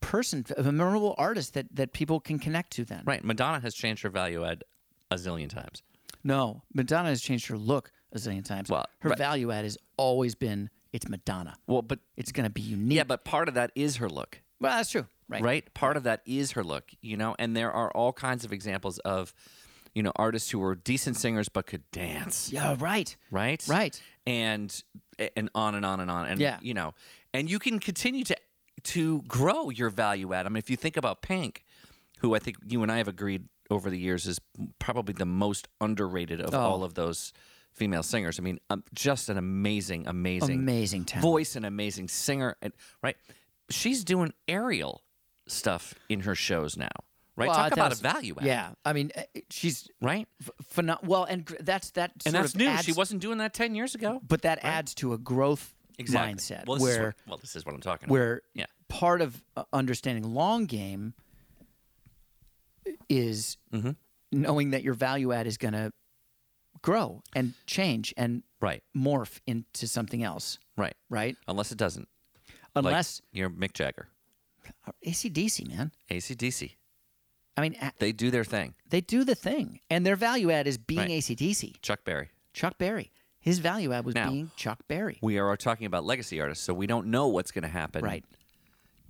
[SPEAKER 1] person, a memorable artist that, that people can connect to then.
[SPEAKER 2] right. Madonna has changed her value add a zillion times.
[SPEAKER 1] No, Madonna has changed her look a zillion times.
[SPEAKER 2] Well,
[SPEAKER 1] her
[SPEAKER 2] right.
[SPEAKER 1] value add has always been it's Madonna.
[SPEAKER 2] Well, but
[SPEAKER 1] It's going to be unique.
[SPEAKER 2] yeah, but part of that is her look.
[SPEAKER 1] well, that's true. Right.
[SPEAKER 2] right? Part of that is her look, you know, and there are all kinds of examples of, you know, artists who were decent singers but could dance,
[SPEAKER 1] Yeah, right.
[SPEAKER 2] right?
[SPEAKER 1] Right.
[SPEAKER 2] And and on and on and on and
[SPEAKER 1] Yeah.
[SPEAKER 2] you know, and you can continue to to grow your value add. I mean, if you think about Pink, who I think you and I have agreed over the years is probably the most underrated
[SPEAKER 1] Oh.
[SPEAKER 2] of all of those female singers. I mean, um, just an amazing, amazing,
[SPEAKER 1] Amazing talent.
[SPEAKER 2] voice, an amazing singer, and right. She's doing aerial stuff in her shows now, right?
[SPEAKER 1] Well,
[SPEAKER 2] Talk
[SPEAKER 1] that
[SPEAKER 2] about
[SPEAKER 1] was-
[SPEAKER 2] a value add,
[SPEAKER 1] Yeah. I mean, uh, she's
[SPEAKER 2] right?
[SPEAKER 1] phenom- well, and gr- that's that.
[SPEAKER 2] And
[SPEAKER 1] sort
[SPEAKER 2] that's
[SPEAKER 1] of
[SPEAKER 2] new.
[SPEAKER 1] Adds,
[SPEAKER 2] she wasn't doing that ten years ago.
[SPEAKER 1] but that adds to a growth mindset
[SPEAKER 2] Well, this is
[SPEAKER 1] where
[SPEAKER 2] what, well, this is what I'm talking about.
[SPEAKER 1] where
[SPEAKER 2] Yeah.
[SPEAKER 1] part of uh, understanding long game is
[SPEAKER 2] Mm-hmm.
[SPEAKER 1] knowing that your value add is going to grow and change and
[SPEAKER 2] Right,
[SPEAKER 1] morph into something else,
[SPEAKER 2] right.
[SPEAKER 1] right?
[SPEAKER 2] Unless it doesn't. Like,
[SPEAKER 1] Unless
[SPEAKER 2] you're Mick Jagger,
[SPEAKER 1] ACDC, man.
[SPEAKER 2] ACDC.
[SPEAKER 1] I mean, a-
[SPEAKER 2] They do their thing.
[SPEAKER 1] they do the thing, and their value add is being
[SPEAKER 2] Right.
[SPEAKER 1] ACDC.
[SPEAKER 2] Chuck Berry.
[SPEAKER 1] Chuck Berry. His value add was
[SPEAKER 2] Now-
[SPEAKER 1] being Chuck Berry.
[SPEAKER 2] We are talking about legacy artists, so we don't know what's going to happen.
[SPEAKER 1] Right.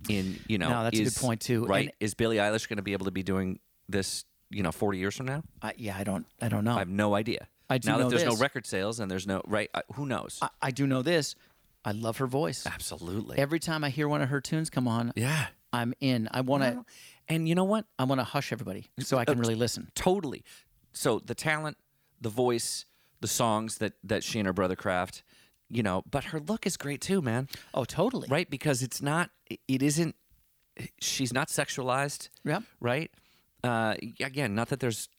[SPEAKER 2] In you know,
[SPEAKER 1] No, that's a good
[SPEAKER 2] is-
[SPEAKER 1] point, too.
[SPEAKER 2] Right.
[SPEAKER 1] And-
[SPEAKER 2] is Billie Eilish going to be able to be doing this? You know, 40 years from now,
[SPEAKER 1] I, yeah, I don't, I don't know.
[SPEAKER 2] I have no idea.
[SPEAKER 1] I do
[SPEAKER 2] now
[SPEAKER 1] know
[SPEAKER 2] that there's
[SPEAKER 1] this.
[SPEAKER 2] no record sales and there's no right, I, who knows?
[SPEAKER 1] I, I do know this. I love her voice.
[SPEAKER 2] Absolutely.
[SPEAKER 1] Every time I hear one of her tunes come on,
[SPEAKER 2] Ah. yeah.
[SPEAKER 1] I'm in. I want
[SPEAKER 2] Oh.
[SPEAKER 1] to.
[SPEAKER 2] And you know what?
[SPEAKER 1] I want to hush everybody so I can really listen.
[SPEAKER 2] Totally. So the talent, the voice, the songs that that she and her brother craft, you know, but her look is great too, man.
[SPEAKER 1] Oh, totally.
[SPEAKER 2] Right? Because it's not it isn't she's not sexualized.
[SPEAKER 1] Yep.
[SPEAKER 2] Right? Uh again, not that there's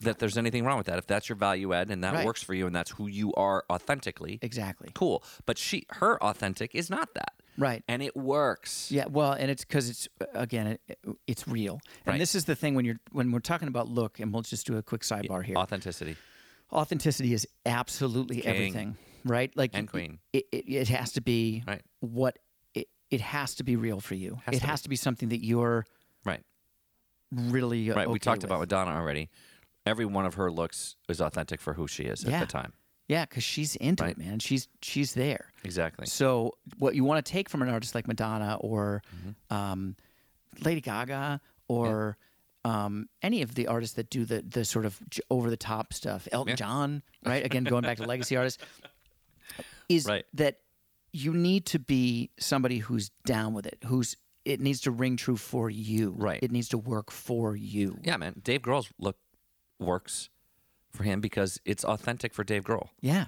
[SPEAKER 2] that there's anything wrong with that. If that's your value add and that
[SPEAKER 1] Right.
[SPEAKER 2] works for you and that's who you are authentically,
[SPEAKER 1] Exactly.
[SPEAKER 2] cool. But she her authentic is not that.
[SPEAKER 1] Right.
[SPEAKER 2] And it works.
[SPEAKER 1] Yeah. Well, and it's because it's again, it, it's real. And
[SPEAKER 2] Right.
[SPEAKER 1] this is the thing when you're when we're talking about look, and we'll just do a quick sidebar here.
[SPEAKER 2] Authenticity.
[SPEAKER 1] Authenticity is absolutely everything, right? Like
[SPEAKER 2] And
[SPEAKER 1] it-
[SPEAKER 2] queen.
[SPEAKER 1] It, it, it has to be
[SPEAKER 2] Right.
[SPEAKER 1] what it, it has to be real for you.
[SPEAKER 2] Has
[SPEAKER 1] it
[SPEAKER 2] to be.
[SPEAKER 1] has to be something that you're
[SPEAKER 2] Right.
[SPEAKER 1] really
[SPEAKER 2] Right. we
[SPEAKER 1] okay
[SPEAKER 2] talked
[SPEAKER 1] with.
[SPEAKER 2] about Madonna already. Every one of her looks is authentic for who she is at
[SPEAKER 1] Yeah.
[SPEAKER 2] the time.
[SPEAKER 1] Yeah, because she's into
[SPEAKER 2] Right.
[SPEAKER 1] it, man. She's she's there.
[SPEAKER 2] Exactly.
[SPEAKER 1] So what you want to take from an artist like Madonna or
[SPEAKER 2] Mm-hmm.
[SPEAKER 1] um, Lady Gaga or um, any of the artists that do the the sort of over the top stuff, Elton John, right? Again, going back to legacy artists, is
[SPEAKER 2] Right.
[SPEAKER 1] that you need to be somebody who's down with it, who's it needs to ring true for you.
[SPEAKER 2] Right.
[SPEAKER 1] It needs to work for you.
[SPEAKER 2] Yeah, man. Dave Grohl's look works for him because it's authentic for Dave Grohl,
[SPEAKER 1] Yeah,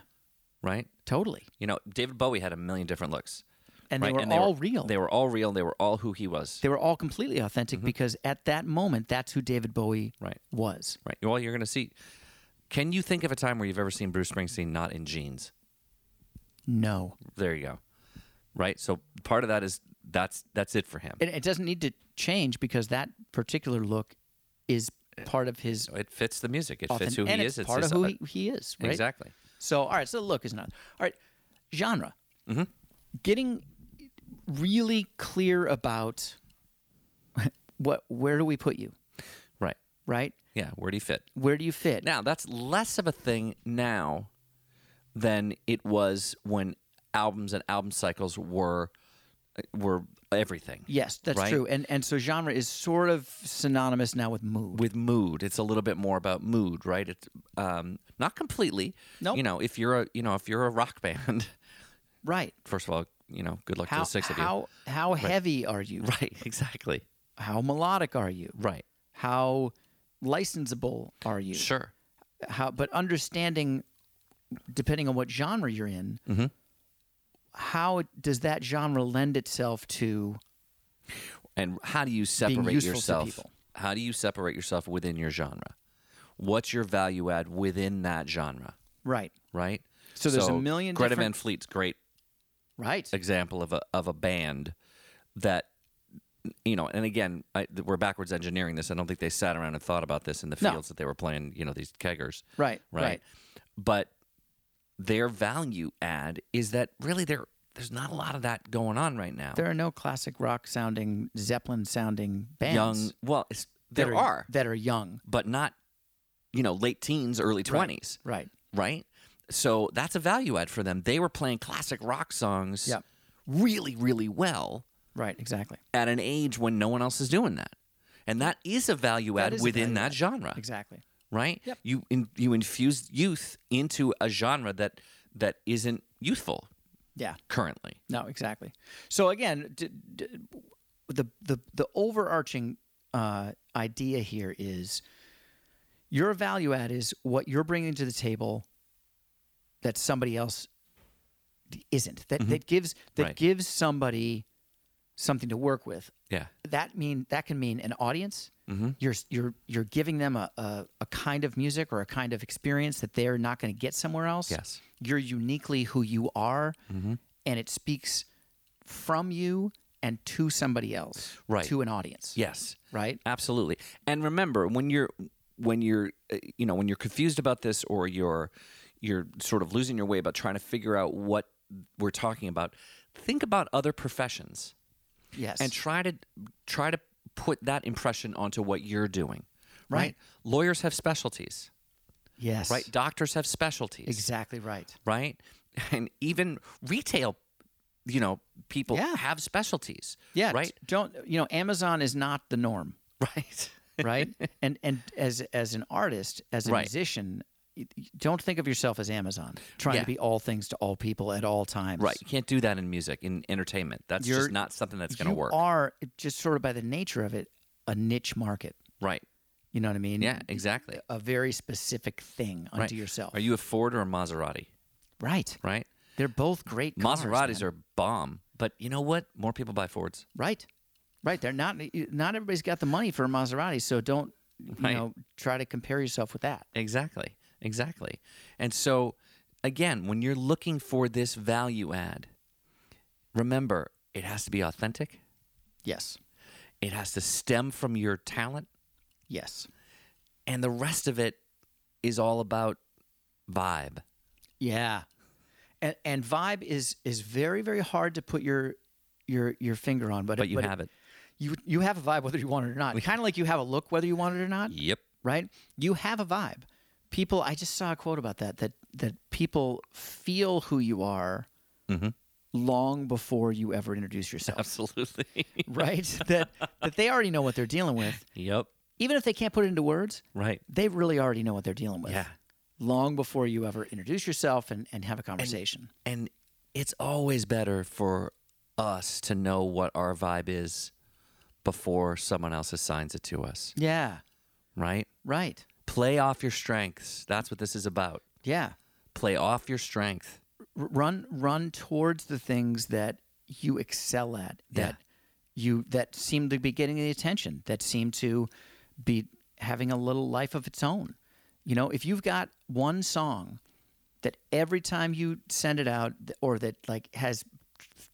[SPEAKER 2] right?
[SPEAKER 1] totally.
[SPEAKER 2] You know, David Bowie had a million different looks.
[SPEAKER 1] And
[SPEAKER 2] right?
[SPEAKER 1] they were all real.
[SPEAKER 2] They were all real. They were all who he was.
[SPEAKER 1] they were all completely authentic because at that moment that's who david bowie
[SPEAKER 2] Right.
[SPEAKER 1] was
[SPEAKER 2] Right. Well, you're going to see. Can you think of a time where you've ever seen Bruce Springsteen not in jeans?
[SPEAKER 1] no
[SPEAKER 2] There you go. Right? So part of that is that's that's it for him.
[SPEAKER 1] it, it doesn't need to change because that particular look is part of his
[SPEAKER 2] It fits the music. It
[SPEAKER 1] authentic
[SPEAKER 2] fits who
[SPEAKER 1] and
[SPEAKER 2] he
[SPEAKER 1] it's
[SPEAKER 2] is.
[SPEAKER 1] part
[SPEAKER 2] his-
[SPEAKER 1] of who he, he is right
[SPEAKER 2] Exactly.
[SPEAKER 1] so all right so the look is not all right genre
[SPEAKER 2] Mm-hmm.
[SPEAKER 1] getting really clear about what where do we put you
[SPEAKER 2] Right.
[SPEAKER 1] right
[SPEAKER 2] Yeah, where do you fit?
[SPEAKER 1] where do you fit
[SPEAKER 2] Now, that's less of a thing now than it was when albums and album cycles were uh, were everything.
[SPEAKER 1] yes that's
[SPEAKER 2] Right.
[SPEAKER 1] true and and so genre is sort of synonymous now with mood
[SPEAKER 2] With mood, it's a little bit more about mood, right? It's um, not completely.
[SPEAKER 1] Nope.
[SPEAKER 2] You know, if you're a you know if you're a rock band,
[SPEAKER 1] right
[SPEAKER 2] first of all, you know, good luck to
[SPEAKER 1] how
[SPEAKER 2] the six of
[SPEAKER 1] how how heavy are you
[SPEAKER 2] you. Right. Exactly.
[SPEAKER 1] how melodic are you
[SPEAKER 2] Right.
[SPEAKER 1] how licensable are you?
[SPEAKER 2] Sure.
[SPEAKER 1] How, but understanding, depending on what genre you're in,
[SPEAKER 2] Mm-hmm.
[SPEAKER 1] how it- does that genre lend itself to?
[SPEAKER 2] And how do you separate
[SPEAKER 1] useful to
[SPEAKER 2] yourself?
[SPEAKER 1] people.
[SPEAKER 2] How do you separate yourself within your genre? What's your value add within that genre?
[SPEAKER 1] Right.
[SPEAKER 2] Right.
[SPEAKER 1] So there's a million
[SPEAKER 2] Greta Van
[SPEAKER 1] different-
[SPEAKER 2] Fleet's great
[SPEAKER 1] Right.
[SPEAKER 2] example of a of a band that you know and again I, th- we're backwards engineering this i don't think they sat around and thought about this in the
[SPEAKER 1] No.
[SPEAKER 2] fields that they were playing you know these keggers
[SPEAKER 1] Right.
[SPEAKER 2] right,
[SPEAKER 1] Right.
[SPEAKER 2] but their value add is that really there there's not a lot of that going on right now
[SPEAKER 1] There are no classic rock sounding, Zeppelin sounding bands.
[SPEAKER 2] young well it's,
[SPEAKER 1] that
[SPEAKER 2] there are
[SPEAKER 1] that are young.
[SPEAKER 2] but not you know late teens early 20s
[SPEAKER 1] Right.
[SPEAKER 2] right? So that's a value add for them. They were playing classic rock songs
[SPEAKER 1] Yep.
[SPEAKER 2] really, really well
[SPEAKER 1] Right. Exactly.
[SPEAKER 2] at an age when no one else is doing that. And that is a value
[SPEAKER 1] That
[SPEAKER 2] add
[SPEAKER 1] is a
[SPEAKER 2] within
[SPEAKER 1] value
[SPEAKER 2] that
[SPEAKER 1] add.
[SPEAKER 2] genre,
[SPEAKER 1] Exactly.
[SPEAKER 2] right?
[SPEAKER 1] Yep.
[SPEAKER 2] You in, you infuse youth into a genre that that isn't youthful
[SPEAKER 1] Yeah.
[SPEAKER 2] currently.
[SPEAKER 1] No, exactly. So again, d- d- the the the overarching uh, idea here is your value add is what you're bringing to the table that somebody else isn't. That that gives that
[SPEAKER 2] Right.
[SPEAKER 1] gives somebody something to work with.
[SPEAKER 2] Yeah.
[SPEAKER 1] That mean that can mean an audience. You're you're you're giving them a, a, a kind of music or a kind of experience that they're not going to get somewhere else
[SPEAKER 2] Yes.
[SPEAKER 1] you're uniquely who you are
[SPEAKER 2] Mm-hmm.
[SPEAKER 1] and it speaks from you and to somebody else
[SPEAKER 2] Right.
[SPEAKER 1] to an audience
[SPEAKER 2] Yes.
[SPEAKER 1] right
[SPEAKER 2] Absolutely. And remember, when you're when you're uh, you know when you're confused about this or you're you're sort of losing your way about trying to figure out what we're talking about, think about other professions
[SPEAKER 1] yes
[SPEAKER 2] and try to try to put that impression onto what you're doing. Right?
[SPEAKER 1] Right.
[SPEAKER 2] Lawyers have specialties,
[SPEAKER 1] yes
[SPEAKER 2] right? Doctors have specialties,
[SPEAKER 1] exactly right
[SPEAKER 2] right? And even retail you know people
[SPEAKER 1] Yeah.
[SPEAKER 2] have specialties.
[SPEAKER 1] yeah t-
[SPEAKER 2] right?
[SPEAKER 1] don't you know amazon is not the norm
[SPEAKER 2] Right.
[SPEAKER 1] right and and as as an artist as a
[SPEAKER 2] Right.
[SPEAKER 1] musician y- y- don't think of yourself as amazon trying
[SPEAKER 2] Yeah.
[SPEAKER 1] to be all things to all people at all times
[SPEAKER 2] Right. You can't do that in music, in entertainment. That's
[SPEAKER 1] You're-
[SPEAKER 2] just not something that's going
[SPEAKER 1] you
[SPEAKER 2] to work.
[SPEAKER 1] are just sort of by the nature of it a niche market
[SPEAKER 2] right.
[SPEAKER 1] you know what i mean
[SPEAKER 2] Yeah, exactly.
[SPEAKER 1] a very specific thing unto
[SPEAKER 2] Right.
[SPEAKER 1] yourself
[SPEAKER 2] Are you a Ford or a Maserati?
[SPEAKER 1] Right.
[SPEAKER 2] Right.
[SPEAKER 1] They're both great cars.
[SPEAKER 2] Maseratis
[SPEAKER 1] man.
[SPEAKER 2] are bomb, but you know what? More people buy Fords.
[SPEAKER 1] right. Right. They're not. Not everybody's got the money for a Maserati, so don't you
[SPEAKER 2] Right.
[SPEAKER 1] know try to compare yourself with that.
[SPEAKER 2] Exactly. Exactly. And so, again, when you're looking for this value add, remember it has to be authentic.
[SPEAKER 1] Yes.
[SPEAKER 2] It has to stem from your talent,
[SPEAKER 1] Yes.
[SPEAKER 2] and the rest of it is all about vibe.
[SPEAKER 1] Yeah. And and vibe is is very very hard to put your your your finger on, but
[SPEAKER 2] But you
[SPEAKER 1] but
[SPEAKER 2] have it.
[SPEAKER 1] You you have a vibe whether you want it or not. Kind of like you have a look whether you want it or not.
[SPEAKER 2] Yep.
[SPEAKER 1] right? You have a vibe. People, I just saw a quote about that that that people feel who you are
[SPEAKER 2] Mm-hmm.
[SPEAKER 1] long before you ever introduce yourself,
[SPEAKER 2] Absolutely.
[SPEAKER 1] right? that that they already know what they're dealing with,
[SPEAKER 2] yep.
[SPEAKER 1] even if they can't put it into words.
[SPEAKER 2] Right.
[SPEAKER 1] They really already know what they're dealing with.
[SPEAKER 2] Yeah.
[SPEAKER 1] Long before you ever introduce yourself and, and have a conversation.
[SPEAKER 2] And it's always better for us to know what our vibe is before someone else assigns it to us,
[SPEAKER 1] yeah.
[SPEAKER 2] right?
[SPEAKER 1] Right.
[SPEAKER 2] Play off your strengths. That's what this is about.
[SPEAKER 1] Yeah.
[SPEAKER 2] Play off your strength.
[SPEAKER 1] R- run run towards the things that you excel at
[SPEAKER 2] Yeah.
[SPEAKER 1] that you that seem to be getting the attention that seem to be having a little life of its own you know if you've got one song that every time you send it out th- or that like has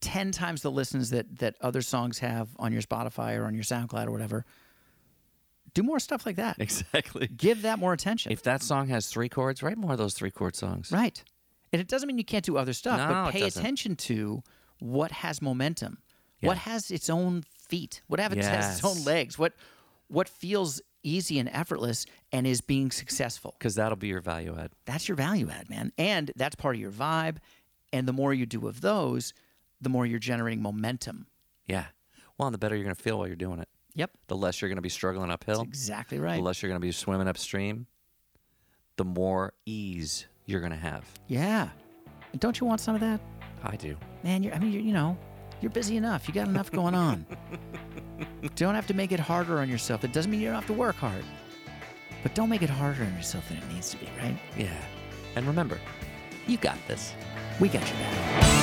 [SPEAKER 1] 10 times the listens that that other songs have on your spotify or on your soundcloud or whatever do more stuff like that
[SPEAKER 2] Exactly.
[SPEAKER 1] give that more attention
[SPEAKER 2] If that song has three chords, write more of those three chord songs.
[SPEAKER 1] Right. And it doesn't mean you can't do other stuff,
[SPEAKER 2] No,
[SPEAKER 1] but
[SPEAKER 2] it
[SPEAKER 1] pay
[SPEAKER 2] doesn't.
[SPEAKER 1] attention to what has momentum, what has its own feet, what have it has its own
[SPEAKER 2] Yes.
[SPEAKER 1] legs, what what feels easy and effortless and is being successful.
[SPEAKER 2] Because that'll be your value add.
[SPEAKER 1] That's your value add, man. And that's part of your vibe. And the more you do of those, the more you're generating momentum.
[SPEAKER 2] Yeah. Well, and the better you're going to feel while you're doing it.
[SPEAKER 1] Yep.
[SPEAKER 2] The less you're going to be struggling uphill,
[SPEAKER 1] Exactly
[SPEAKER 2] the
[SPEAKER 1] right.
[SPEAKER 2] less you're going to be swimming upstream, the more ease you're going to have.
[SPEAKER 1] Yeah. And don't you want some of that?
[SPEAKER 2] I do.
[SPEAKER 1] man, you're, I mean, you're, you know, you're busy enough. You got enough going on. don't have to make it harder on yourself. It doesn't mean you don't have to work hard. But don't make it harder on yourself than it needs to be, right?
[SPEAKER 2] Yeah. And remember, you got this.
[SPEAKER 1] We got your back.